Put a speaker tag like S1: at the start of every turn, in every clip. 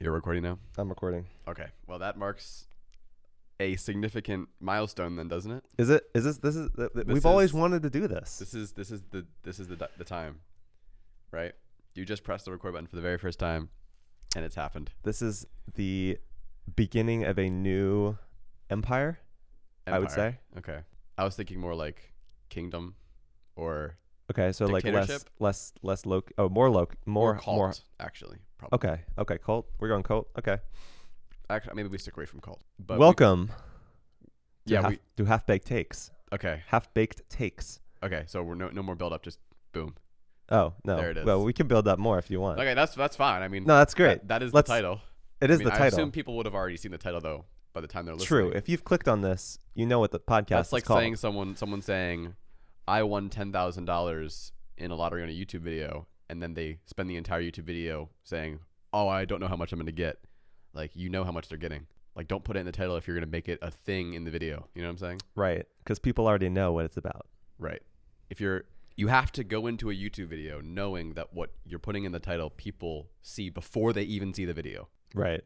S1: You're recording now?
S2: I'm recording.
S1: Okay. Well, that marks a significant milestone then, doesn't it?
S2: Is it? Is this? This is. Th- th-
S1: This
S2: we've always
S1: is-
S2: wanted to do this.
S1: This is this is the this is the di- the time. Right? You just pressed the record button for the very first time and it's happened.
S2: This is the beginning of a new empire. I would
S1: Empire.
S2: say.
S1: Okay. I was thinking more like kingdom or
S2: Okay, so like less,
S1: Dictatorship?
S2: less, less loc. Oh, more loc. More,
S1: or cult
S2: more.
S1: actually. Probably.
S2: Okay, okay, cult. We're going cult. Okay.
S1: Actually, maybe we stick away from cult. But we-
S2: Welcome. to
S1: yeah,
S2: half,
S1: we
S2: do half baked takes.
S1: okay.
S2: Half baked takes.
S1: Okay, so we're no no more build up just boom.
S2: Oh no.
S1: There it is.
S2: Well, we can build up more if you want.
S1: Okay, that's that's fine. I mean
S2: No, that's great.
S1: that- that is
S2: Let's-
S1: the title.
S2: it is
S1: I mean,
S2: the
S1: I assume
S2: title.
S1: people would have already seen the title though by the time they're listening.
S2: True. If you've clicked on this, you know what the podcast
S1: That's
S2: is
S1: like
S2: called.
S1: saying someone someone saying, "I won ten thousand dollars in a lottery on a YouTube video," and then they spend the entire YouTube video saying, "Oh, I don't know how much I'm going to get." Like you know how much they're getting. Like don't put it in the title if you're going to make it a thing in the video. You know what I'm saying?
S2: right, because people already know what it's about.
S1: Right. If you're you have to go into a YouTube video knowing that what you're putting in the title people see before they even see the video.
S2: Right.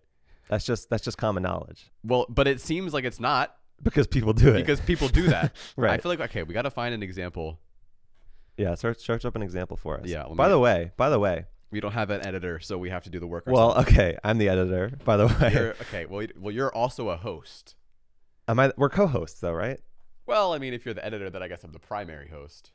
S2: That's just that's just common knowledge
S1: Well, but it seems like it's not
S2: because people do it.
S1: because people do that. I
S2: right.
S1: feel like okay, we got to find an example.
S2: yeah. Search search up an example for us.
S1: Yeah, let
S2: By
S1: me-
S2: the way, by the way.
S1: We don't have an editor, so we have to do the work ourselves.
S2: Well, okay. I'm the editor. By the way,
S1: You're, okay, well, you- well, you're also a host.
S2: am I? We're co-hosts though, right?
S1: Well, I mean, if you're the editor, then I guess I'm the primary host,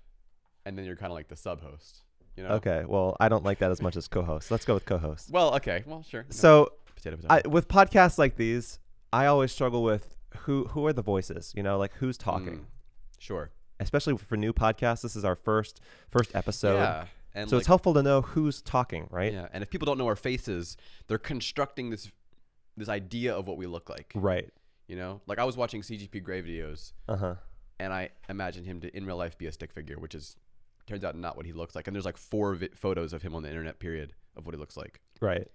S1: and then you're kind of like the sub host. You know?
S2: Okay. Well, I don't like that as much as co-host. Let's go with co-host.
S1: Well, okay. Well, sure. you know,
S2: So,
S1: potato, potato.
S2: I, with podcasts like these, I always struggle with who who are the voices. You know, like who's talking.
S1: Mm. sure.
S2: Especially for new podcasts, this is our first first episode.
S1: yeah. And
S2: So
S1: like,
S2: it's helpful to know who's talking, right?
S1: yeah. And if people don't know our faces, they're constructing this this idea of what we look like.
S2: Right.
S1: You know, like I was watching CGP Grey videos,
S2: Uh huh.
S1: and I imagined him to in real life be a stick figure, which is turns out not what he looks like. And there's like four vi- photos of him on the internet period of what he looks like.
S2: Right.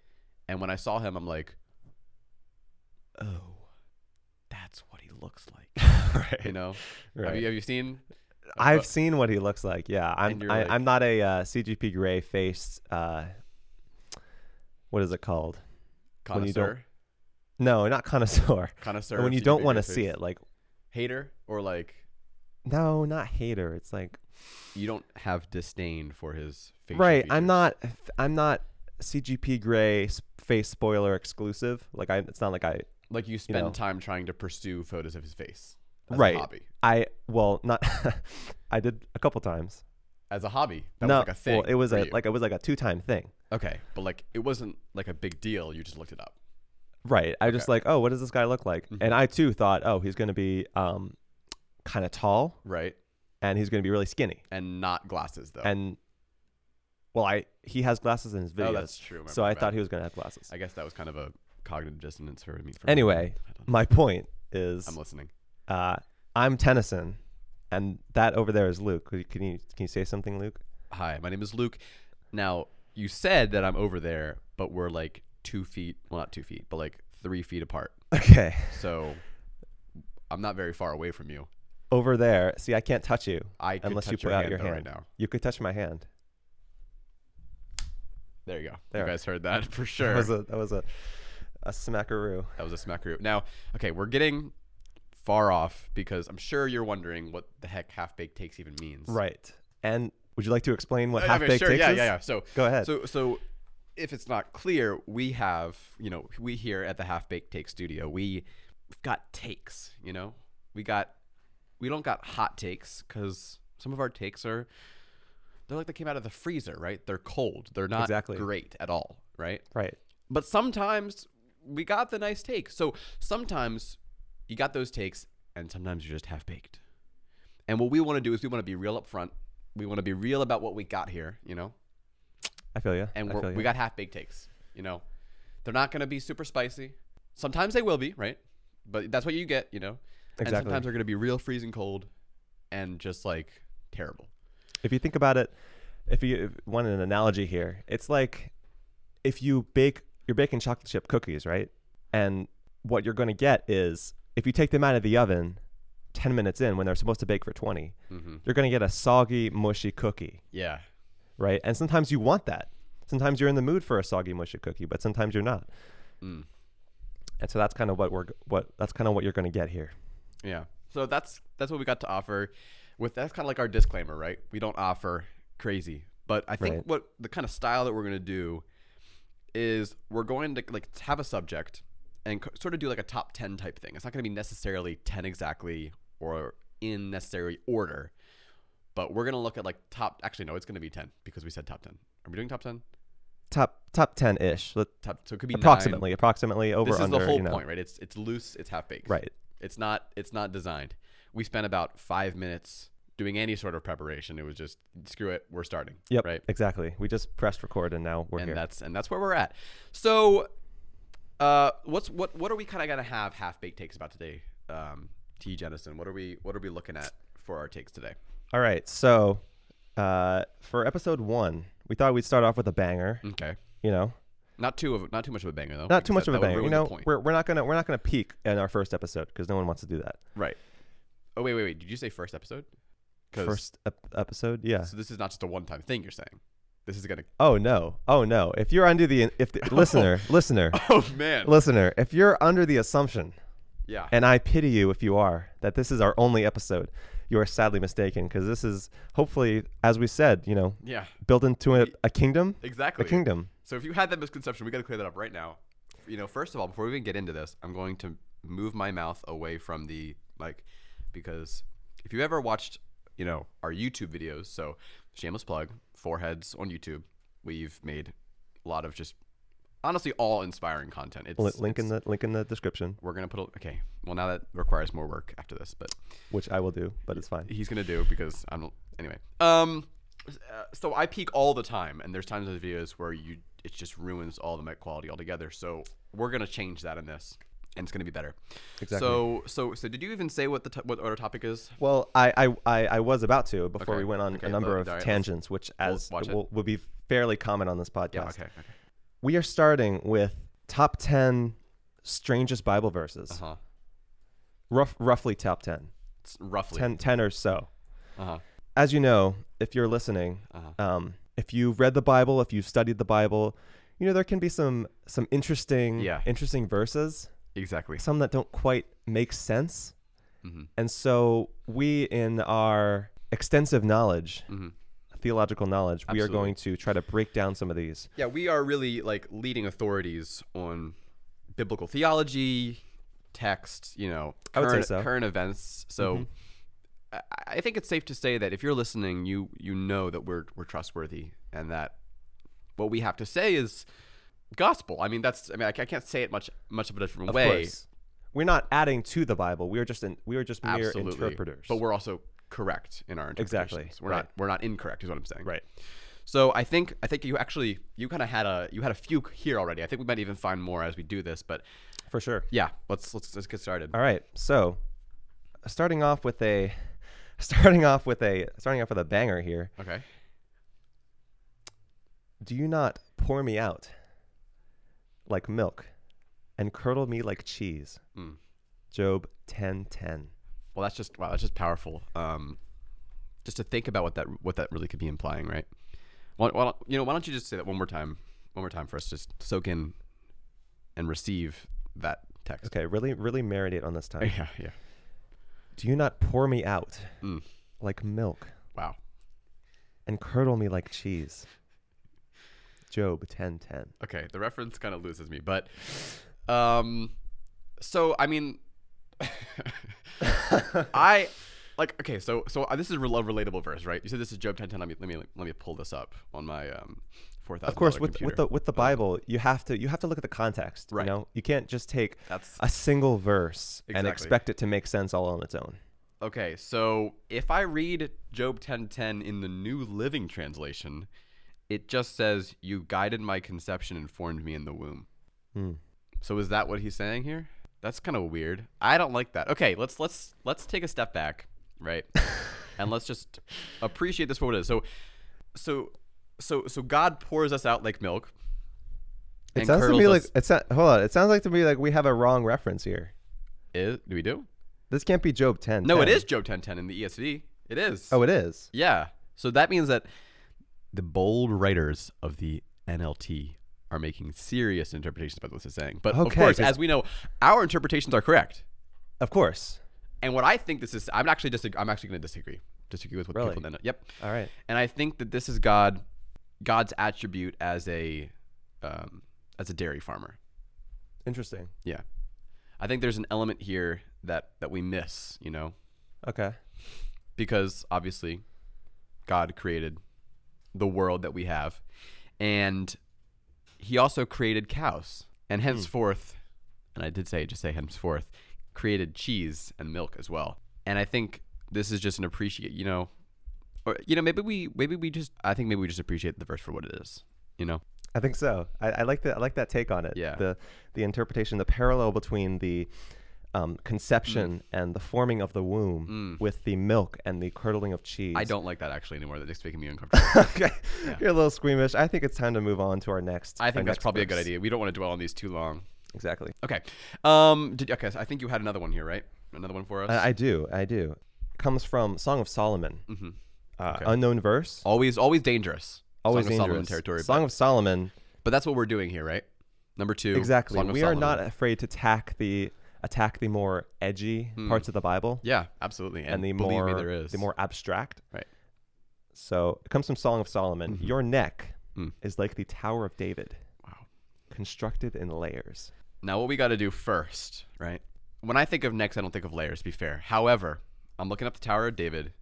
S1: And when I saw him, I'm like, oh, that's what he looks like.
S2: right.
S1: You know?
S2: Right.
S1: Have, you, have you seen? a
S2: I've
S1: pho-
S2: seen what he looks like. Yeah, I'm.
S1: you're
S2: I,
S1: like-
S2: I'm not a uh, CGP gray faced. Uh, what is it called? when you don't-
S1: connoisseur.
S2: No, not connoisseur.
S1: Connoisseur.
S2: When
S1: of
S2: you
S1: CGP
S2: don't want to
S1: graphics.
S2: see it, like
S1: Hater or like
S2: no, not hater. It's like
S1: you don't have disdain for his facial
S2: right. I'm
S1: features.
S2: not. I'm not CGP gray s- face spoiler exclusive. Like I, it's not like I.
S1: Like you spend
S2: know.
S1: time trying to pursue photos of his face. As
S2: Right.
S1: A hobby.
S2: I well not. I did a couple times.
S1: As a hobby. That
S2: no,
S1: was like a thing.
S2: Well, it was
S1: for
S2: a
S1: you.
S2: like it was like a two time thing.
S1: Okay. But like it wasn't like a big deal. You just looked it up.
S2: Right. I just like, oh, what does this guy look like?
S1: Mm-hmm.
S2: And I too thought, oh, he's gonna be um, kind of tall.
S1: Right.
S2: and he's going to be really skinny.
S1: And not glasses though.
S2: And well, I he has glasses in his videos,
S1: Oh. oh, that's true. my
S2: so I
S1: bad.
S2: thought he was going to have glasses.
S1: I guess that was kind of a cognitive dissonance for me. For
S2: anyway,
S1: I don't know.
S2: my point is,
S1: I'm listening.
S2: uh, I'm Tennyson, and that over there is Luke. Could you- Can you can you say something, Luke?
S1: Hi, my name is Luke. Now, you said that I'm over there, but we're like two feet, well, not two feet, but like three feet apart.
S2: Okay,
S1: So I'm not very far away from you.
S2: over there. See, I can't touch you
S1: I could
S2: unless
S1: touch
S2: you put
S1: your
S2: out
S1: hand
S2: your
S1: though
S2: hand.
S1: right now.
S2: You could touch my hand.
S1: There you go.
S2: There.
S1: You guys heard that for sure.
S2: That was a that was a a smackaroo.
S1: smackaroo. Now, okay, we're getting far off because I'm sure you're wondering what the heck half baked takes even means.
S2: Right. And would you like to explain what
S1: I- I
S2: half
S1: mean,
S2: baked
S1: Uh, sure,
S2: takes
S1: yeah,
S2: is?
S1: yeah, yeah. So
S2: Go ahead.
S1: So, so if it's not clear, we have, you know, we here at the Half Baked Take Studio, we, we've got takes, you know? We got, we don't got hot takes because some of our takes are, they're like they came out of the freezer, right? They're cold. They're not
S2: Exactly.
S1: great at all, right?
S2: Right.
S1: But sometimes we got the nice take. So sometimes you got those takes, and sometimes you're just half baked. And what we want to do is we want to be real up front. We want to be real about what we got here, you know?
S2: I feel you.
S1: and
S2: I
S1: we're,
S2: feel
S1: we
S2: you.
S1: got half baked takes. You know, they're not going to be super spicy. Sometimes they will be, right? But that's what you get, you know. And
S2: Exactly.
S1: sometimes they're going to be real freezing cold, and just like terrible.
S2: if you think about it, if you want an analogy here, it's like if you bake you're baking chocolate chip cookies, right? And what you're going to get is if you take them out of the oven 10 minutes in when they're supposed to bake for 20, you're going to get a soggy, mushy cookie,
S1: Yeah.
S2: right? And sometimes you want that. Sometimes you're in the mood for a soggy, mushy cookie, but sometimes you're not.
S1: Mm.
S2: And so that's kind of what we're what that's kind of what you're going to get here.
S1: Yeah. So that's that's what we got to offer. With that's kind of like our disclaimer, right? We don't offer crazy, but I think
S2: Right.
S1: what the kind of style that we're gonna do is we're going to like have a subject and co- sort of do like a top ten type thing. It's not gonna be necessarily ten exactly or in necessary order, but we're gonna look at like top. Actually, no, it's gonna be ten because we said top ten. Are we doing top ten?
S2: Top top 10-ish. Let-
S1: Top. So it could be nine.
S2: approximately, approximately over
S1: This is
S2: under,
S1: the whole
S2: you know.
S1: point, right? It's it's loose. It's half baked.
S2: Right.
S1: It's not it's not designed. We spent about five minutes doing any sort of preparation. It was just screw it, we're starting.
S2: Yep.
S1: Right.
S2: Exactly. We just pressed record and now we're
S1: And
S2: here.
S1: that's and that's where we're at. So uh what's what what are we kinda gonna have half baked takes about today? Um T Jennison. What are we what are we looking at for our takes today?
S2: All right. So, uh, for episode 1, we thought we'd start off with a banger,
S1: Okay.
S2: you know.
S1: Not too of not too much of a banger though.
S2: Not too much
S1: because
S2: of a
S1: that would
S2: banger,
S1: ruin
S2: you
S1: the
S2: know.
S1: point.
S2: We're, we're not going to we're not going to peak in our first episode because no one wants to do that.
S1: Right. Oh wait, wait, wait. Did you say first episode? 'Cause-
S2: First ep- episode? Yeah.
S1: so this is not just a one time thing you're saying. This is gonna
S2: Oh no. Oh no. If you're under the if the listener, listener,
S1: Oh man.
S2: listener, if you're under the assumption,
S1: Yeah.
S2: and I pity you if you are, that this is our only episode, you are sadly mistaken because this is hopefully as we said, you know,
S1: Yeah.
S2: built into a, a kingdom, a
S1: Exactly.
S2: kingdom.
S1: So if you had that misconception, we got to clear that up right now. You know, first of all, before we even get into this, I'm going to move my mouth away from the mic because if you ever watched, you know, our YouTube videos, so shameless plug, foreheads on YouTube, we've made a lot of just honestly all inspiring content. It's
S2: Li- Link in the link in the description,
S1: we're gonna put a, okay. Well, now that requires more work after this, but
S2: which I will do, but it's fine.
S1: he's gonna do because I'm anyway. Um, uh, so I peak all the time, and there's times in the videos where you it just ruins all the mic quality altogether. So we're gonna change that in this, and it's gonna be better.
S2: Exactly.
S1: So so so did you even say what the t- what our topic is?
S2: Well, I I, I, I was about to before
S1: Okay.
S2: we went on
S1: Okay,
S2: a number
S1: well,
S2: of
S1: all right, let's-
S2: tangents, which as
S1: watch it.
S2: will, will be fairly common on this podcast.
S1: Yeah. Okay. okay.
S2: We are starting with top ten strangest Bible verses.
S1: Uh huh.
S2: rough, roughly top 10,
S1: Roughly.
S2: 10, 10 or so.
S1: Uh huh.
S2: As you know, if you're listening,
S1: Uh-huh.
S2: um, if you've read the Bible, if you've studied the Bible, you know there can be some some interesting
S1: Yeah.
S2: interesting verses,
S1: Exactly.
S2: some that don't quite make sense.
S1: Mhm.
S2: And so we, in our extensive knowledge,
S1: Mhm.
S2: theological knowledge, we
S1: Absolutely.
S2: are going to try to break down some of these.
S1: Yeah, we are really like leading authorities on biblical theology, text, you know,
S2: I would say
S1: current,
S2: so. Mm-hmm.
S1: current events. So I, I think it's safe to say that if you're listening, you you know that we're we're trustworthy and that what we have to say is gospel. I mean, that's I mean, I, ca- I can't say it much much of a different
S2: Of
S1: way.
S2: course, we're not adding to the Bible. We are just in, we are just mere
S1: Absolutely.
S2: interpreters.
S1: But we're also correct in our interpretations.
S2: Exactly,
S1: We're not we're not incorrect is what I'm saying.
S2: Right.
S1: So I think I think you actually you kind of had a you had a few here already. I think we might even find more as we do this, but
S2: for sure.
S1: yeah, let's let's let's get started.
S2: All right. So, starting off with a starting off with a starting off with a banger here.
S1: Okay.
S2: Do you not pour me out like milk and curdle me like cheese?
S1: Mm.
S2: Job 10:10.
S1: Well, that's just wow, that's just powerful. Um, just to think about what that what that really could be implying, right? Why, why don't, you know, why don't you just say that one more time, one more time for us, just soak in and receive that text.
S2: Okay, really really marinate on this time.
S1: Yeah, yeah.
S2: Do you not pour me out
S1: Mm.
S2: like milk
S1: Wow.
S2: and curdle me like cheese? Job 10:10.
S1: Okay, the reference kind of loses me, but um, so I mean, I like okay, so so uh, this is a rel- relatable verse, right? You said this is Job ten ten. Let me let me let me pull this up on my um four thousand.
S2: Of course, with, with the with the Bible, you have to you have to look at the context,
S1: Right.
S2: you know? You can't just take
S1: that's
S2: a single verse and
S1: Exactly.
S2: expect it to make sense all on its own.
S1: Okay, so if I read Job 10:10 in the New Living Translation, it just says, "You guided my conception and formed me in the womb."
S2: Hmm.
S1: So is that what he's saying here? That's kind of weird. I don't like that. Okay, let's let's let's take a step back, right? and let's just appreciate this for what it is. So so so so God pours us out like milk.
S2: It
S1: and
S2: sounds to
S1: curdles
S2: me like
S1: us-
S2: it's hold on. It sounds like to me like we have a wrong reference here.
S1: Is- do we do?
S2: This can't be Job ten.
S1: No, it is Job 10:10 in the ESV. It is.
S2: Oh, it is.
S1: Yeah. So that means that the bold writers of the NLT are making serious interpretations about what this is saying. But of
S2: Okay,
S1: course,
S2: 'cause-
S1: as we know, our interpretations are correct.
S2: Of course.
S1: And what I think this is, I'm actually disagree. I'm actually going to disagree. Disagree with what
S2: Really?
S1: people then. Yep.
S2: All right.
S1: And I think that this is God, God's attribute as a, um, as a dairy farmer.
S2: Interesting.
S1: Yeah. I think there's an element here that that we miss. You know,
S2: Okay.
S1: because obviously God created the world that we have. And he also created cows. And henceforth, and I did say, just say henceforth, created cheese and milk as well. And I think this is just an appreciate, you know, or, you know, maybe we, maybe we just, I think maybe we just appreciate the verse for what it is, you know?
S2: I think so. I, I like that. I like that take on it.
S1: Yeah.
S2: The the interpretation, the parallel between the um, conception
S1: Mm.
S2: and the forming of the womb with the milk and the curdling of cheese.
S1: I don't like that actually anymore. That's making me uncomfortable.
S2: okay. You're a little squeamish. I think it's time to move on to our next.
S1: I
S2: our
S1: think that's
S2: next
S1: probably a
S2: verse.
S1: good idea. We don't want to dwell on these too long.
S2: Exactly.
S1: Okay. Um, did, okay. So I think you had another one here, right? Another one for us?
S2: I, I do. I do. comes from Song of Solomon. Mm-hmm. Uh,
S1: Okay.
S2: Unknown verse.
S1: Always, always dangerous.
S2: Always
S1: Song of Solomon
S2: dangerous.
S1: territory.
S2: Song
S1: but,
S2: of Solomon.
S1: but that's what we're doing here, right? Number two.
S2: Exactly.
S1: Song of
S2: we are
S1: Solomon.
S2: not afraid to attack the attack the more edgy parts of the Bible
S1: Hmm. Yeah, absolutely. And,
S2: and the
S1: believe
S2: more
S1: me, there is
S2: the more abstract.
S1: Right. Mm-hmm.
S2: So it comes from Song of Solomon. Your neck
S1: Mm.
S2: is like the Tower of David,
S1: Wow.
S2: constructed in layers.
S1: Now, what we got to do first, right? When I think of next, I don't think of layers. To be fair. However, I'm looking up the Tower of David,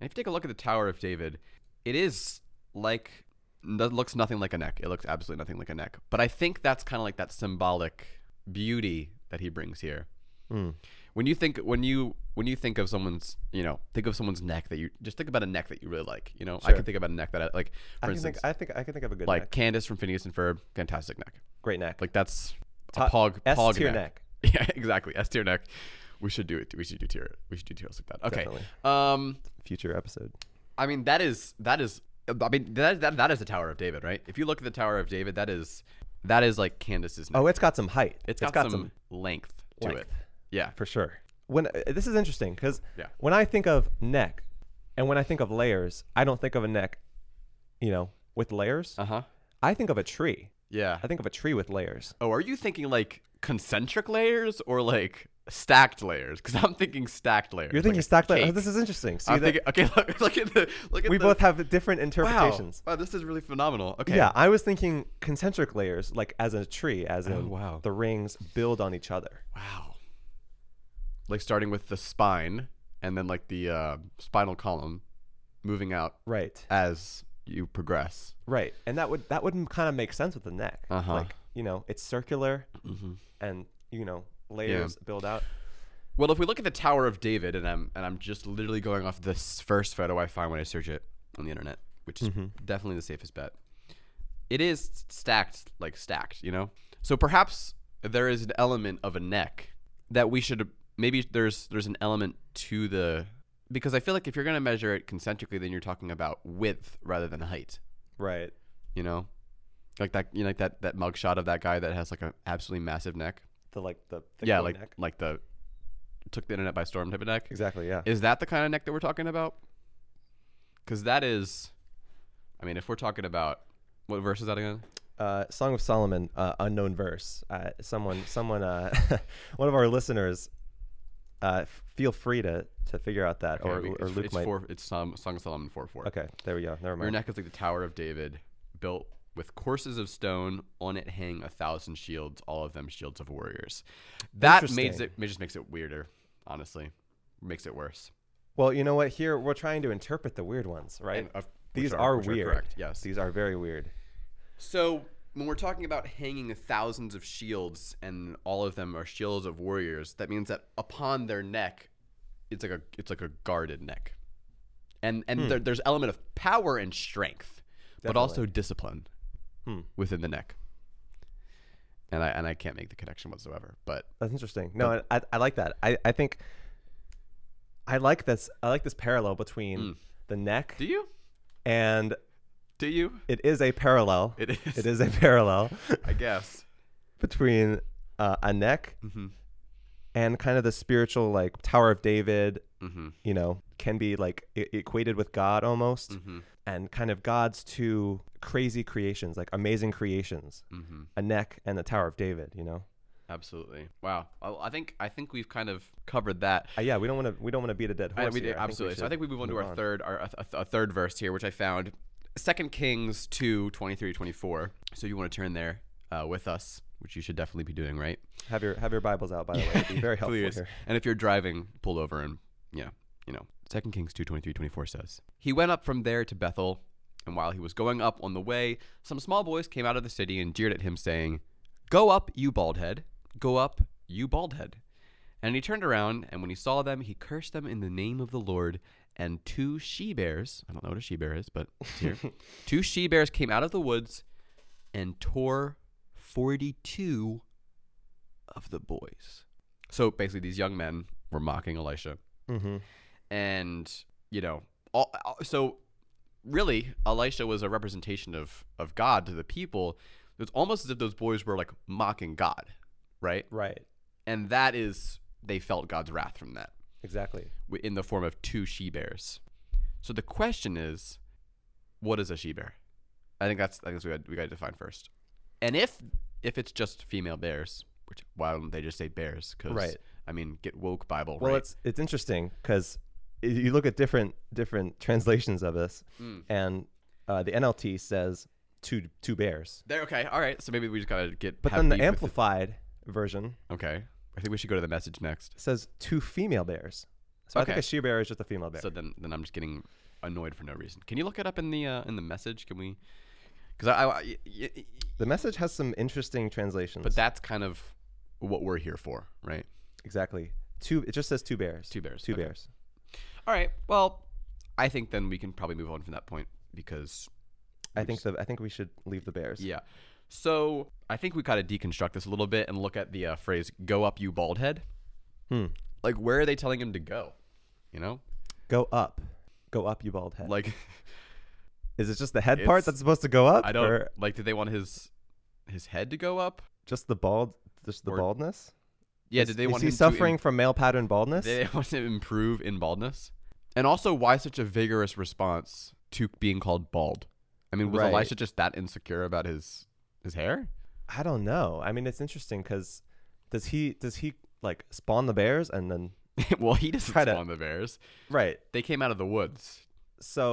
S1: and if you take a look at the Tower of David, it is like that looks nothing like a neck. It looks absolutely nothing like a neck. But I think that's kind of like that symbolic beauty that he brings here.
S2: Mm.
S1: when you think when you when you think of someone's you know think of someone's neck that you just think about a neck that you really like you know i
S2: Sure.
S1: can think about a neck that i like for
S2: I can
S1: instance
S2: think. I think. I can think of a good
S1: like
S2: neck.
S1: candace from phineas and ferb fantastic neck
S2: Great neck.
S1: like that's a
S2: Top-
S1: pog
S2: S
S1: pog
S2: tier
S1: neck. yeah exactly s tier neck we should do it we should do tier we should do tiers like that okay
S2: Definitely.
S1: um
S2: Future episode.
S1: i mean that is that is i mean that, that that is the tower of david right if you look at the tower of david that is that is like candace's neck.
S2: Oh, it's got some height.
S1: it's got, some, length to
S2: length.
S1: it yeah
S2: for sure. When uh, this is interesting because
S1: Yeah.
S2: when I think of neck, and when I think of layers, I don't think of a neck, you know, with layers.
S1: uh-huh
S2: I think of a tree.
S1: yeah
S2: I think of a tree with layers.
S1: Oh, are you thinking like concentric layers or like stacked layers? Because I'm thinking stacked layers.
S2: You're thinking
S1: like a
S2: stacked layers.
S1: cake.
S2: Oh, this is interesting. See,
S1: I'm
S2: that,
S1: thinking. Okay, look, look at the look at
S2: we
S1: the,
S2: both have different
S1: wow.
S2: interpretations.
S1: Wow, this is really phenomenal. Okay.
S2: Yeah, I was thinking concentric layers, like as in a tree, as in
S1: Oh, wow.
S2: the rings build on each other.
S1: Wow. Like starting with the spine and then like the uh, spinal column, moving out
S2: Right.
S1: as you progress.
S2: Right. And that would that would kind of make sense with the neck.
S1: Uh-huh. Mm-hmm.
S2: Like you know, it's circular, and you know, layers build out.
S1: Well, if we look at the Tower of David, and I'm and I'm just literally going off this first photo I find when I search it on the internet, which is
S2: Mm-hmm.
S1: definitely the safest bet. It is stacked, like stacked, you know. So perhaps there is an element of a neck that we should maybe there's there's an element to the because I feel like if you're gonna measure it concentrically, then you're talking about width rather than height,
S2: Right.
S1: you know, like that you know, like that that mugshot of that guy that has like an absolutely massive neck,
S2: The like the thick
S1: yeah,
S2: bone
S1: like
S2: neck.
S1: like the took the internet by storm type of neck.
S2: Exactly. Yeah.
S1: Is that the kind of neck that we're talking about? Because that is, I mean, if we're talking about what verse is that again?
S2: uh, Song of Solomon, uh, unknown verse. Uh, someone, someone, uh, one of our listeners. Uh, f- feel free to to figure out that, or,
S1: Okay, we-
S2: or
S1: it's,
S2: Luke
S1: it's
S2: might.
S1: four. It's Psalm, Song of Solomon four four.
S2: Okay, there we go. Never
S1: Your
S2: mind.
S1: neck is like the Tower of David, built with courses of stone. On it hang a thousand shields, all of them shields of warriors. That makes
S2: Interesting.
S1: it, it just makes it weirder. Honestly, makes it worse.
S2: Well, you know what? Here we're trying to interpret the weird ones, right?
S1: And, uh,
S2: These
S1: which
S2: are,
S1: which
S2: weird.
S1: correct. Yes.
S2: These are very weird.
S1: So when we're talking about hanging thousands of shields and all of them are shields of warriors, that means that upon their neck, it's like a it's like a guarded neck, and and there, there's element of power and strength, but also discipline
S2: Hmm.
S1: within the neck. And I and I can't make the connection whatsoever. But
S2: That's interesting. No, I, I like that. I, I think I like this. I like this parallel between
S1: Hmm.
S2: the neck
S1: do you?
S2: and
S1: Do you?
S2: it is a parallel.
S1: It is.
S2: It is a parallel
S1: I guess.
S2: between uh, a neck
S1: Mm-hmm.
S2: and kind of the spiritual like Tower of David,
S1: Mm-hmm.
S2: you know, can be like e- equated with God almost,
S1: Mm-hmm.
S2: and kind of God's two crazy creations, like amazing creations,
S1: Mm-hmm.
S2: a neck and the Tower of David. You know,
S1: Absolutely. Wow. I, I think I think we've kind of covered that.
S2: uh, yeah, we don't want to we don't want to beat a dead horse.
S1: I, we
S2: here.
S1: did,
S2: I think we
S1: absolutely. so I
S2: should
S1: think we move on to
S2: move
S1: our third, our a, a- a third verse here, which I found Second Kings 2, 23, 24. So you want to turn there uh, with us, which you should definitely be doing, right?
S2: have your have your Bibles out by the way. It'd be very helpful
S1: Please.
S2: here.
S1: And if you're driving, pull over and yeah, you know. Second Kings 2, 23, 24 says, He went up from there to Bethel, and while he was going up on the way, some small boys came out of the city and jeered at him, saying, Go up, you baldhead! Go up, you baldhead!" And he turned around, and when he saw them, he cursed them in the name of the Lord. And two she bears, I don't know what a she bear is, but it's here. two she bears came out of the woods and tore 42 of the boys. So basically, these young men were mocking Elisha.
S2: Mm-hmm.
S1: And, you know, all, all- so really, Elisha was a representation of, of God to the people. It was almost as if those boys were like mocking God, right?
S2: Right.
S1: And that is, they felt God's wrath from that
S2: Exactly.
S1: w- in the form of two she bears. So the question is, what is a she bear? I think that's I guess we got we got to define first. And if if it's just female bears, which why don't they just say bears? 'Cause,
S2: Right.
S1: I mean, get woke Bible.
S2: Well,
S1: right?
S2: it's it's interesting because you look at different different translations of this,
S1: Mm.
S2: and uh, the NLT says two two bears,
S1: There, okay, all right. So maybe we just gotta get.
S2: but
S1: have
S2: then the
S1: beef with
S2: amplified version
S1: it. Okay, I think we should go to the message next.
S2: says two female bears. So I think
S1: Okay.
S2: a she bear is just a female bear.
S1: So then, then I'm just getting annoyed for no reason. Can you look it up in the uh, in the message? Can we? Because I, I- y- y- y-
S2: the message has some interesting translations.
S1: but that's kind of what we're here for, right?
S2: exactly two. It just says two bears.
S1: Two bears,
S2: Two
S1: okay.
S2: bears.
S1: All right. Well, I think then we can probably move on from that point because
S2: I think the I think we should leave the bears.
S1: yeah. So I think we gotta deconstruct this a little bit and look at the uh, phrase "go up, you bald head."
S2: Hmm.
S1: Like, where are they telling him to go? You know,
S2: Go up, go up, you bald head.
S1: like
S2: is it just the head part
S1: it's-
S2: that's supposed to go up?
S1: I don't
S2: Or
S1: like. Did they want his his head to go up?
S2: just the bald, just the
S1: Or-
S2: baldness.
S1: Yeah. did they
S2: is
S1: want
S2: he
S1: him
S2: suffering
S1: To
S2: from male pattern
S1: im-
S2: baldness?
S1: did they want to improve in baldness? And also, why such a vigorous response to being called bald? I mean, was
S2: Right.
S1: Elisha just that insecure about his his hair?
S2: I don't know. I mean, it's interesting because does he does he like spawn the bears and then
S1: well, he doesn't
S2: Try to-
S1: spawn the bears.
S2: right?
S1: They came out of the woods.
S2: So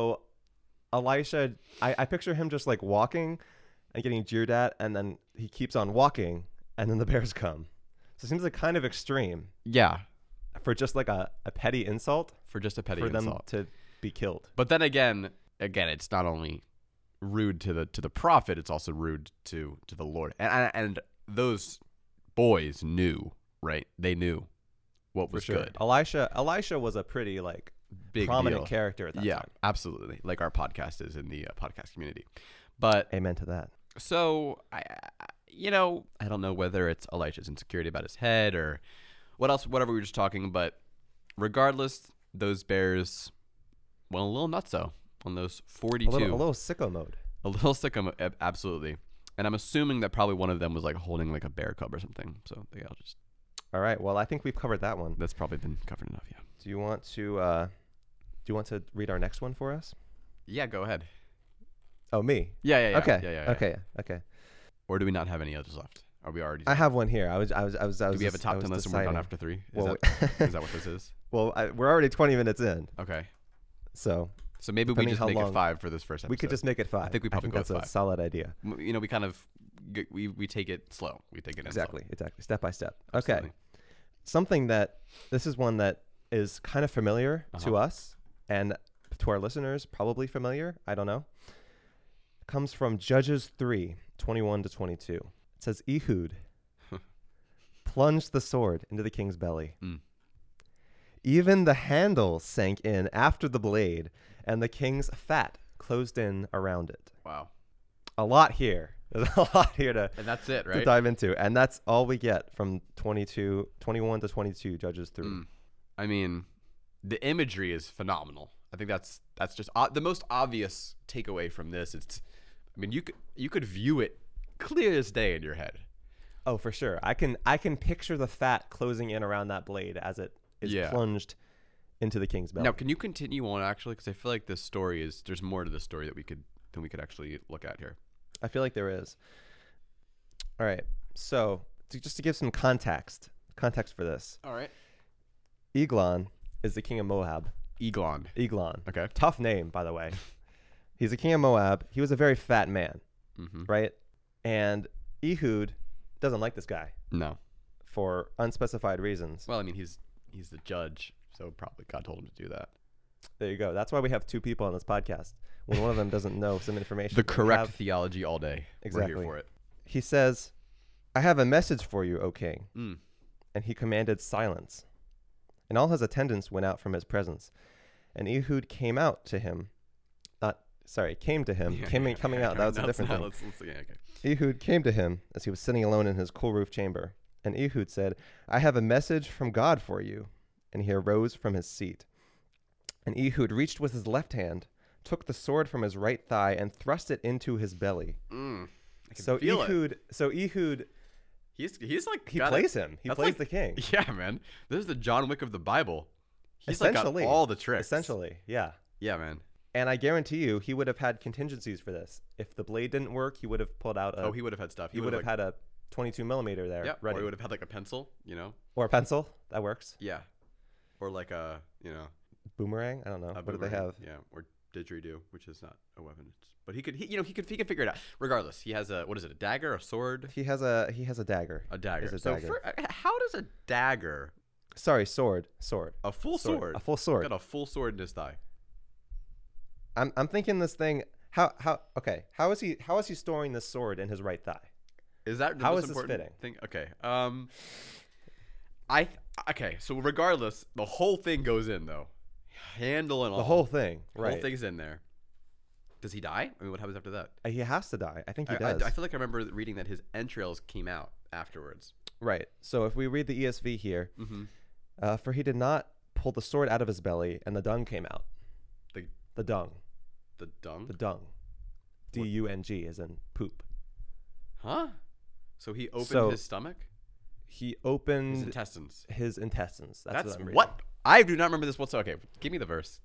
S2: Elisha, I, I picture him just like walking and getting jeered at, and then he keeps on walking, and then the bears come. So it seems like kind of extreme
S1: Yeah,
S2: for just like a, a petty insult
S1: for just a petty
S2: for them
S1: insult.
S2: to be killed.
S1: but then again, again, it's not only rude to the to the prophet; it's also rude to to the Lord. And and, and those boys knew, right? They knew what
S2: For
S1: was
S2: sure.
S1: good.
S2: Elisha Elisha was a pretty like
S1: Big
S2: prominent
S1: deal.
S2: character at that
S1: yeah,
S2: time.
S1: absolutely. Like our podcast is in the uh, podcast community, but
S2: Amen to that.
S1: so I, I- you know, I don't know whether it's Elisha's insecurity about his head or what else, whatever we were just talking. But regardless, those bears went a little nutso on those
S2: A
S1: forty-two,
S2: little, a little sicko mode.
S1: a little sick, um, ab- absolutely. And I'm assuming that probably one of them was like holding like a bear cub or something. So yeah, I'll just
S2: All right. Well, I think we've covered that one.
S1: that's probably been covered enough. Yeah.
S2: Do you want to uh, do you want to read our next one for us?
S1: Yeah, go ahead.
S2: Oh, me.
S1: Yeah, yeah, yeah.
S2: okay.
S1: Yeah, yeah, yeah.
S2: Okay. Okay.
S1: Or do we not have any others left? Are we already?
S2: I have one here. I was. I was. I was. I was
S1: do we have a
S2: just- I
S1: top
S2: was
S1: ten list and we're done
S2: deciding.
S1: after three? Is,
S2: Well,
S1: that, is that what this is?
S2: well, I, we're already 20 minutes in,
S1: Okay.
S2: so
S1: So maybe we
S2: Depending
S1: just
S2: how
S1: make
S2: long-
S1: it five for this first episode.
S2: we could just make it five.
S1: think we probably go
S2: that's
S1: with
S2: a
S1: five.
S2: solid idea.
S1: M- you know, we kind of g- we we take it slow. We take it in slow.
S2: Exactly. Exactly. Step by step. Okay.
S1: Absolutely.
S2: Something that this is one that is kind of familiar to us and to our listeners, probably familiar. I don't know. Comes from Judges 3, 21 to 22. It says, Ehud plunged the sword into the king's belly.
S1: Mm.
S2: Even the handle sank in after the blade, and the king's fat closed in around it.
S1: Wow.
S2: A lot here. There's a lot here to
S1: And that's it,
S2: to
S1: right?
S2: dive into. And that's all we get from 22, 21 to 22 Judges 3.
S1: Mm. I mean, the imagery is phenomenal. I think that's that's just o- the most obvious takeaway from this. It's, I mean, you could you could view it clear as day in your head.
S2: Oh, for sure. I can I can picture the fat closing in around that blade as it is
S1: Yeah.
S2: plunged into the king's belly.
S1: Now, can you continue on actually? Because I feel like this story is there's more to this story that we could than we could actually look at here.
S2: I feel like there is. All right. So, to, just to give some context, context for this,
S1: All right,
S2: Eglon is the king of Moab.
S1: Eglon.
S2: Eglon.
S1: Okay.
S2: Tough name, by the way. He's the king of Moab. He was a very fat man,
S1: Mm-hmm.
S2: right? And Ehud doesn't like this guy
S1: No.
S2: for unspecified reasons.
S1: Well, I mean, he's he's the judge, so probably God told him to do that.
S2: There you go. That's why we have two people on this podcast. When one of them doesn't know some information,
S1: The
S2: that we
S1: correct
S2: have.
S1: theology all day. We're
S2: Exactly.
S1: here for it.
S2: He says, "I have a message for you, O king."
S1: Mm.
S2: and he commanded silence. And all his attendants went out from his presence. And Ehud came out to him. Not sorry, came to him.
S1: Yeah,
S2: came
S1: yeah,
S2: coming
S1: yeah,
S2: out. That was a
S1: no, it's
S2: different
S1: not.
S2: thing.
S1: Let's- let's- yeah, okay.
S2: Ehud came to him as he was sitting alone in his cool roof chamber. And Ehud said, I have a message from God for you. And he arose from his seat. And Ehud reached with his left hand, took the sword from his right thigh, and thrust it into his belly.
S1: Mm. I can
S2: So
S1: feel it.
S2: Ehud, so Ehud,
S1: He's he's like
S2: he
S1: got it.
S2: plays him. He
S1: That's like-
S2: plays the king.
S1: Yeah, man. This is the John Wick of the Bible. He's like got
S2: Essentially.
S1: all the tricks.
S2: Essentially, yeah.
S1: Yeah, man.
S2: And I guarantee you, he would have had contingencies for this. If the blade didn't work, he would have pulled out a.
S1: Oh, he would have had stuff.
S2: he would have had a 22 millimeter there
S1: Yeah,
S2: ready,
S1: or he would have had like a pencil, you know?
S2: or a pencil. That works.
S1: Yeah. Or like a, you know,
S2: Boomerang. I don't know.
S1: a
S2: what do they
S1: boomerang.
S2: have?
S1: Yeah, or didgeridoo, which is not a weapon. It's, but he could, he, you know, he could, he could figure it out. Regardless, he has a what is it? A dagger, a sword,
S2: He has a he has a dagger.
S1: a dagger.
S2: a
S1: so
S2: dagger.
S1: For, uh, how does a dagger,
S2: Sorry, sword, sword,
S1: a full sword,
S2: a full sword.
S1: got a full sword in his thigh?
S2: I'm I'm thinking this thing. How how okay? How is he how is he storing this sword in his right thigh?
S1: Is that the
S2: How
S1: most
S2: is this
S1: important
S2: fitting?
S1: thing? Okay. Um, I th- okay. So regardless, the whole thing goes in though. Handle and all.
S2: The whole thing,
S1: Oh. whole
S2: right?
S1: thing's in there. Does he die? I mean, what happens after that?
S2: Uh, He has to die. I think he
S1: I, I,
S2: does.
S1: I feel like I remember reading that his entrails came out afterwards.
S2: right. So if we read the ESV here,
S1: Mm-hmm.
S2: uh, for he did not pull the sword out of his belly, and the dung came out.
S1: The
S2: The dung.
S1: the dung,
S2: The dung. D U N G is in poop.
S1: huh? So he opened
S2: So-
S1: his stomach,
S2: He
S1: his
S2: opened
S1: intestines.
S2: his intestines. That's,
S1: That's
S2: what I'm reading.
S1: what I do not remember this whatsoever. Okay, give me the verse.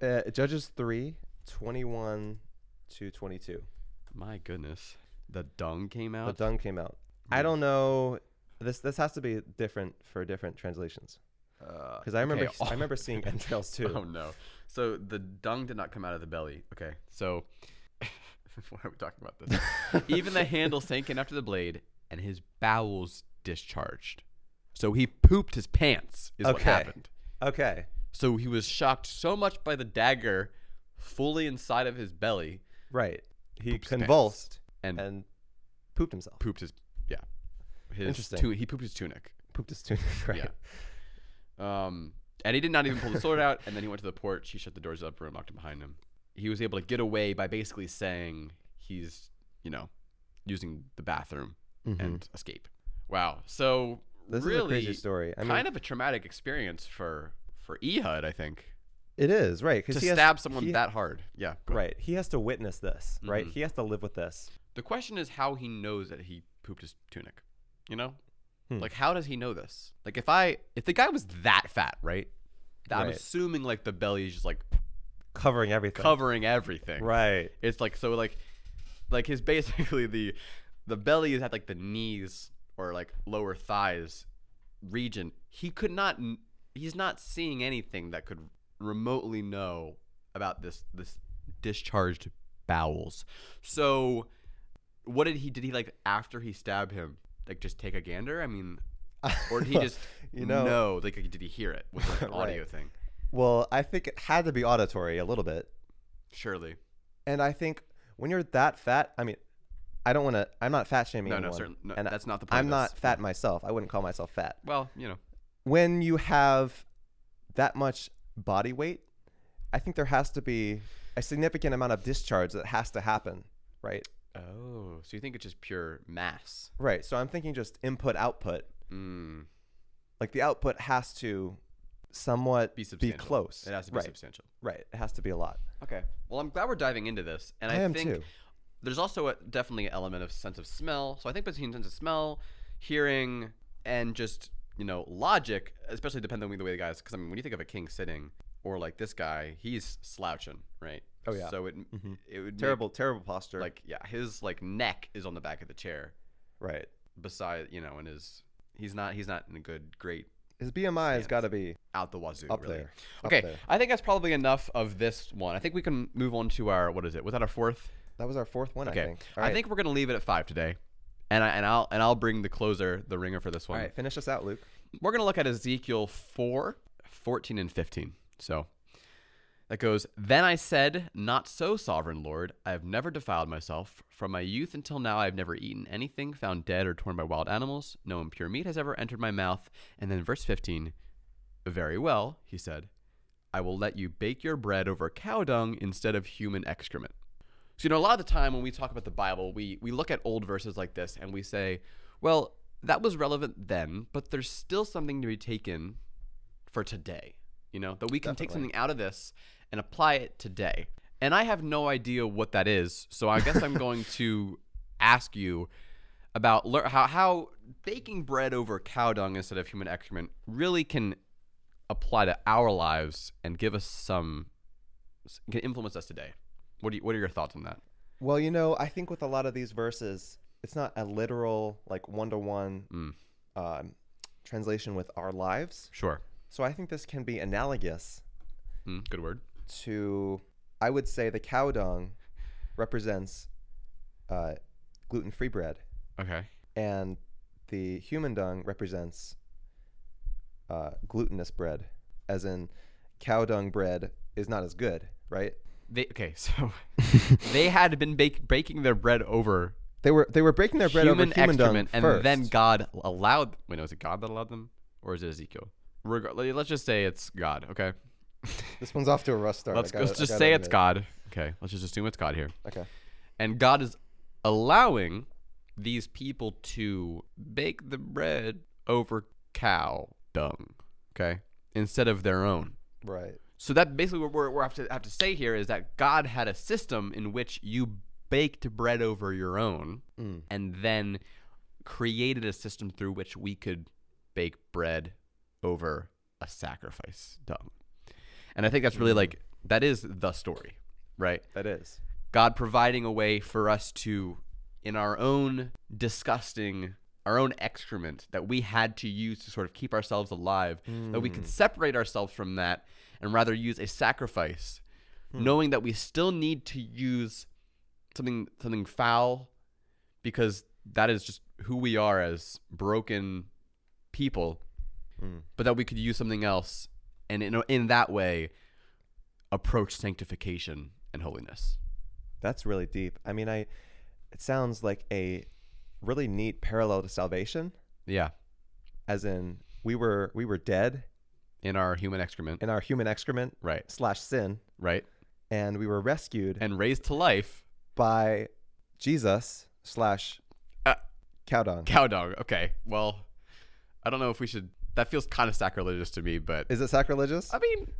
S2: Uh, Judges 3 21 to 22.
S1: My goodness, the dung came
S2: The
S1: out.
S2: dung came out. I don't know. This this has to be different for different translations
S1: Uh,
S2: because I remember I remember seeing entrails too.
S1: Oh no. So the dung did not come out of the belly. Okay. So why are we talking about this? Even the handle sank in after the blade and his bowels discharged. So he pooped his pants is what
S2: Okay.
S1: happened.
S2: Okay,
S1: So he was shocked so much by the dagger fully inside of his belly
S2: right. He
S1: Pooped his pants.
S2: convulsed
S1: and,
S2: and pooped himself.
S1: pooped his yeah. His
S2: Interesting.
S1: tu- he pooped his tunic.
S2: Pooped his tunic. Right.
S1: Um, and he did not even pull the sword out. And then he went to the porch. He shut the doors of the upper room, locked it behind him. He was able to get away by basically saying he's, you know, using the bathroom
S2: Mhm.
S1: and escape. Wow. So
S2: This
S1: really,
S2: is a crazy story. I mean,
S1: kind of a traumatic experience for for Ehud, I think,
S2: it is right
S1: to
S2: because he has-
S1: stab someone
S2: he-
S1: that hard. Yeah. go ahead.
S2: Right. He has to witness this. Right.
S1: Mhm.
S2: He has to live with this.
S1: The question is how he knows that he pooped his tunic. You know,
S2: Hmm.
S1: like how does he know this? Like if I if the guy was that fat, right? I'm
S2: Right.
S1: assuming like the belly is just like
S2: Covering everything.
S1: covering everything.
S2: Right.
S1: It's like so like like his basically the the belly is at like the knees or like lower thighs region. He could not n- he's not seeing anything that could remotely know about this this discharged bowels. So what did he did he like after he stabbed him like just take a gander? I mean or did he just
S2: you know
S1: know like did he hear it with like, an
S2: Right.
S1: audio thing?
S2: well i think it had to be auditory a little bit
S1: Surely.
S2: and i think when you're that fat i mean i don't want to i'm not fat shaming
S1: No, no,
S2: anyone,
S1: certainly. No,
S2: and I-
S1: that's not the point.
S2: i'm
S1: of
S2: not
S1: this.
S2: fat myself i wouldn't call myself fat
S1: Well, you know.
S2: when you have that much body weight i think there has to be a significant amount of discharge that has to happen right
S1: Oh, so you think it's just pure mass?
S2: right so i'm thinking just input output
S1: Mm,
S2: like the output has to somewhat
S1: be substantial.
S2: close
S1: It has to be
S2: right
S1: substantial.
S2: right it has to be a lot
S1: Okay. Well, I'm glad we're diving into this, and I,
S2: i, am
S1: think
S2: too
S1: there's also a, definitely an element of sense of smell. So I think between sense of smell, hearing, and just you know, logic, especially depending on the way the guys, because I mean, when you think of a king sitting or like this guy, he's slouching, right?
S2: Oh, yeah.
S1: So it it would make-
S2: Terrible, terrible posture.
S1: like yeah, his like neck is on the back of the chair.
S2: right.
S1: Beside you know, and his he's not he's not in a good great
S2: His BMI has got to be
S1: out the wazoo.
S2: Up
S1: really.
S2: there. Up
S1: Okay,
S2: there.
S1: I think that's probably enough of this one. I think we can move on to our what is it? Was that our fourth?
S2: That was our fourth one,
S1: Okay,
S2: I think. All right.
S1: we're gonna leave it at five today, and I and I'll and I'll bring the closer, the ringer for this
S2: All
S1: one.
S2: right, finish us out, Luke.
S1: We're gonna look at Ezekiel 4, 14 and fifteen. So that goes. Then I said, "Not so, sovereign Lord. I have never defiled myself. From my youth until now, I have never eaten anything found dead or torn by wild animals. No impure meat has ever entered my mouth." And then verse fifteen. Very well, he said. I will let you bake your bread over cow dung instead of human excrement. So, you know, a lot of the time when we talk about the Bible, we, we look at old verses like this and we say, well, that was relevant then, but there's still something to be taken for today. You know, that we can take something out of this and apply it today. And I have no idea what that is. So I guess I'm going to ask you about lear- how, how baking bread over cow dung instead of human excrement really can apply to our lives and give us some can influence us today. What do you, what are your thoughts on that?
S2: Well, you know, I think with a lot of these verses, it's not a literal, like, one to
S1: Mm.
S2: one translation with our lives.
S1: Sure.
S2: So I think this can be analogous
S1: Mm, good word.
S2: to, I would say, the cow dung represents uh, gluten free bread,
S1: Okay.
S2: and the human dung represents uh, glutinous bread, as in, cow dung bread is not as good, right?
S1: They okay, so they had been bake, baking their bread over
S2: They were they were breaking their bread
S1: human,
S2: over human dung
S1: excrement, and
S2: first.
S1: then God allowed. Wait, no, is it God that allowed them, or is it Ezekiel? Reg- let's just say it's God. Okay.
S2: This one's off to a rough start. I
S1: Let's,
S2: gotta-
S1: let's
S2: I
S1: just
S2: gotta
S1: say it's
S2: admit.
S1: God. Okay. Let's just assume it's God here.
S2: Okay.
S1: and God is allowing these people to bake the bread over cow dung, okay, instead of their own.
S2: Right.
S1: So that basically what we're, we're have to have to say here is that God had a system in which you baked bread over your own,
S2: Mm.
S1: and then created a system through which we could bake bread over a sacrifice dung. And I think that's really like that is the story, right?
S2: That is.
S1: God providing a way for us to, in our own disgusting, our own excrement that we had to use to sort of keep ourselves alive, that we could separate ourselves from that and rather use a sacrifice, knowing that we still need to use something something foul because that is just who we are as broken people,
S2: Mm.
S1: but that we could use something else and in, in that way approach sanctification and holiness.
S2: That's really deep. I mean, I. It sounds like a really neat parallel to salvation,
S1: Yeah.
S2: as in we were we were dead
S1: in our human excrement.
S2: in our human excrement
S1: right,
S2: slash sin,
S1: right.
S2: and we were rescued
S1: And raised to life,
S2: by Jesus slash
S1: Uh.
S2: cow dung.
S1: cow dog. Okay, well, I don't know if we should. That feels kind of sacrilegious to me, but
S2: Is it sacrilegious?
S1: I mean,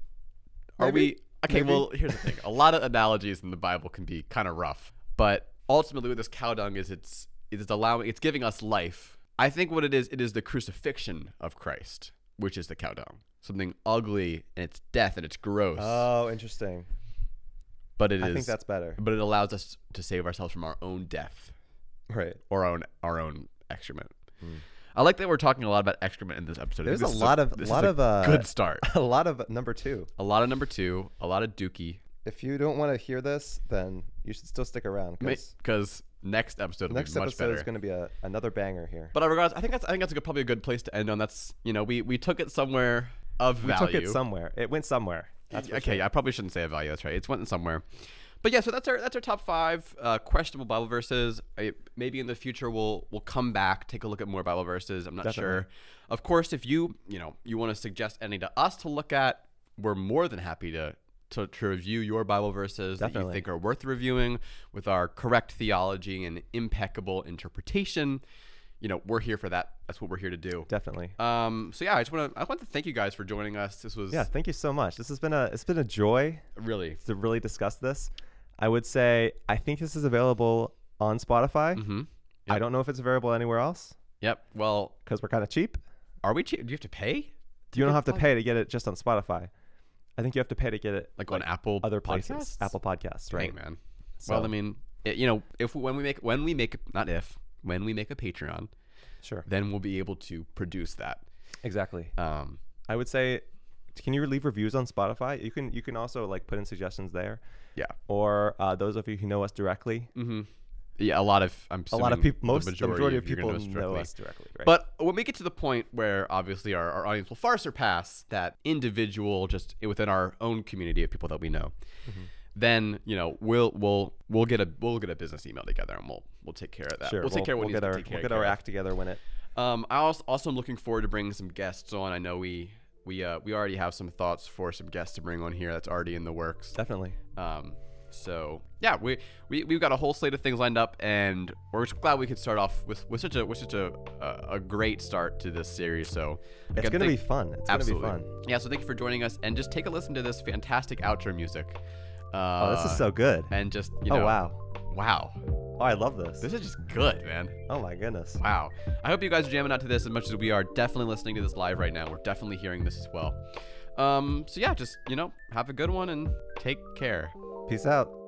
S1: are
S2: Maybe.
S1: we. Okay,
S2: Maybe.
S1: well, here's the thing. A lot of analogies in the Bible can be kind of rough, but ultimately, with this cow dung, is it's it's allowing, it's giving us life. I think what it is, it is the crucifixion of Christ, which is the cow dung, something ugly and it's death and it's gross,
S2: Oh, interesting.
S1: but it is.
S2: I think that's better.
S1: But it allows us to save ourselves from our own death.
S2: Right.
S1: or our own our own excrement. I like that we're talking a lot about excrement in this episode. I think
S2: Hmm. There's a
S1: this is
S2: lot of-
S1: this is
S2: lot
S1: a
S2: of, uh,
S1: good start.
S2: A lot of number two.
S1: A lot of number two, a lot of Dookie,
S2: If you don't want to hear this, then you should still stick around because
S1: because next episode will
S2: next
S1: be much
S2: episode
S1: better.
S2: is going to be a, another banger here.
S1: but uh, regardless, I think that's I think that's a good, probably a good place to end on. That's you know we we took it somewhere of
S2: We
S1: value.
S2: took it somewhere. It went somewhere. That's for
S1: okay,
S2: sure.
S1: I probably shouldn't say a value. That's right. It's went somewhere. But yeah, so that's our that's our top five uh, questionable Bible verses. I, maybe in the future we'll we'll come back, take a look at more Bible verses. I'm not sure. Of course, if you you know you want to suggest any to us to look at, we're more than happy to to, to review your Bible verses that you
S2: Definitely.
S1: think are worth reviewing with our correct theology and impeccable interpretation. You know, we're here for that. That's what we're here to do.
S2: Definitely.
S1: Um, so yeah, I just want to I want to thank you guys for joining us. This was
S2: Yeah, thank you so much. This has been a it's been a joy
S1: really
S2: to really discuss this. I would say I think this is available on Spotify.
S1: hmm
S2: I don't know if it's available anywhere else
S1: Yep. Well,
S2: because we're kind of cheap.
S1: Are we? Che- do you have to pay?
S2: You don't have to pay to get it just on Spotify. I think you have to pay to get it
S1: Like, on Apple
S2: other places,
S1: Podcasts?
S2: Apple Podcasts,
S1: Dang,
S2: right?
S1: man. well,
S2: So-
S1: I mean, it, you know, if when we make when we make not if when we make a Patreon,
S2: Sure,
S1: then we'll be able to produce that.
S2: exactly.
S1: Um,
S2: I would say, can you leave reviews on Spotify? You can. You can also like put in suggestions there,
S1: yeah.
S2: or uh, those of you who know us directly.
S1: hmm Yeah, a lot of I'm
S2: A lot of
S1: assuming
S2: people, most
S1: the
S2: the
S1: majority,
S2: majority of
S1: you're
S2: people
S1: gonna
S2: know,
S1: directly.
S2: us directly, right?
S1: But when we get to the point where obviously our, our audience will far surpass that individual, just within our own community of people that we know,
S2: Mm-hmm.
S1: then you know we'll we'll we'll get a we'll get a business email together and we'll we'll take care of that.
S2: sure,
S1: we'll take care of what
S2: we'll
S1: needs
S2: get our
S1: to take
S2: we'll
S1: care
S2: get our
S1: of.
S2: act together when it.
S1: Um, I also also am looking forward to bringing some guests on. I know we we uh, we already have some thoughts for some guests to bring on here. That's already in the works.
S2: Definitely.
S1: Um, so yeah, we, we we've got a whole slate of things lined up, and we're just glad we could start off with with such a with such a a, a great start to this series. So
S2: It's gonna be fun. It's
S1: absolutely
S2: gonna be fun.
S1: yeah. So thank you for joining us, and just take a listen to this fantastic outro music. Uh,
S2: Oh, this is so good.
S1: And just you know,
S2: Oh wow.
S1: wow,
S2: Oh, I love this.
S1: this is just good, man.
S2: Oh my goodness.
S1: Wow. I hope you guys are jamming out to this as much as we are definitely listening to this live right now. We're definitely hearing this as well. Um, so yeah, just, you know, have a good one and take care.
S2: Peace out.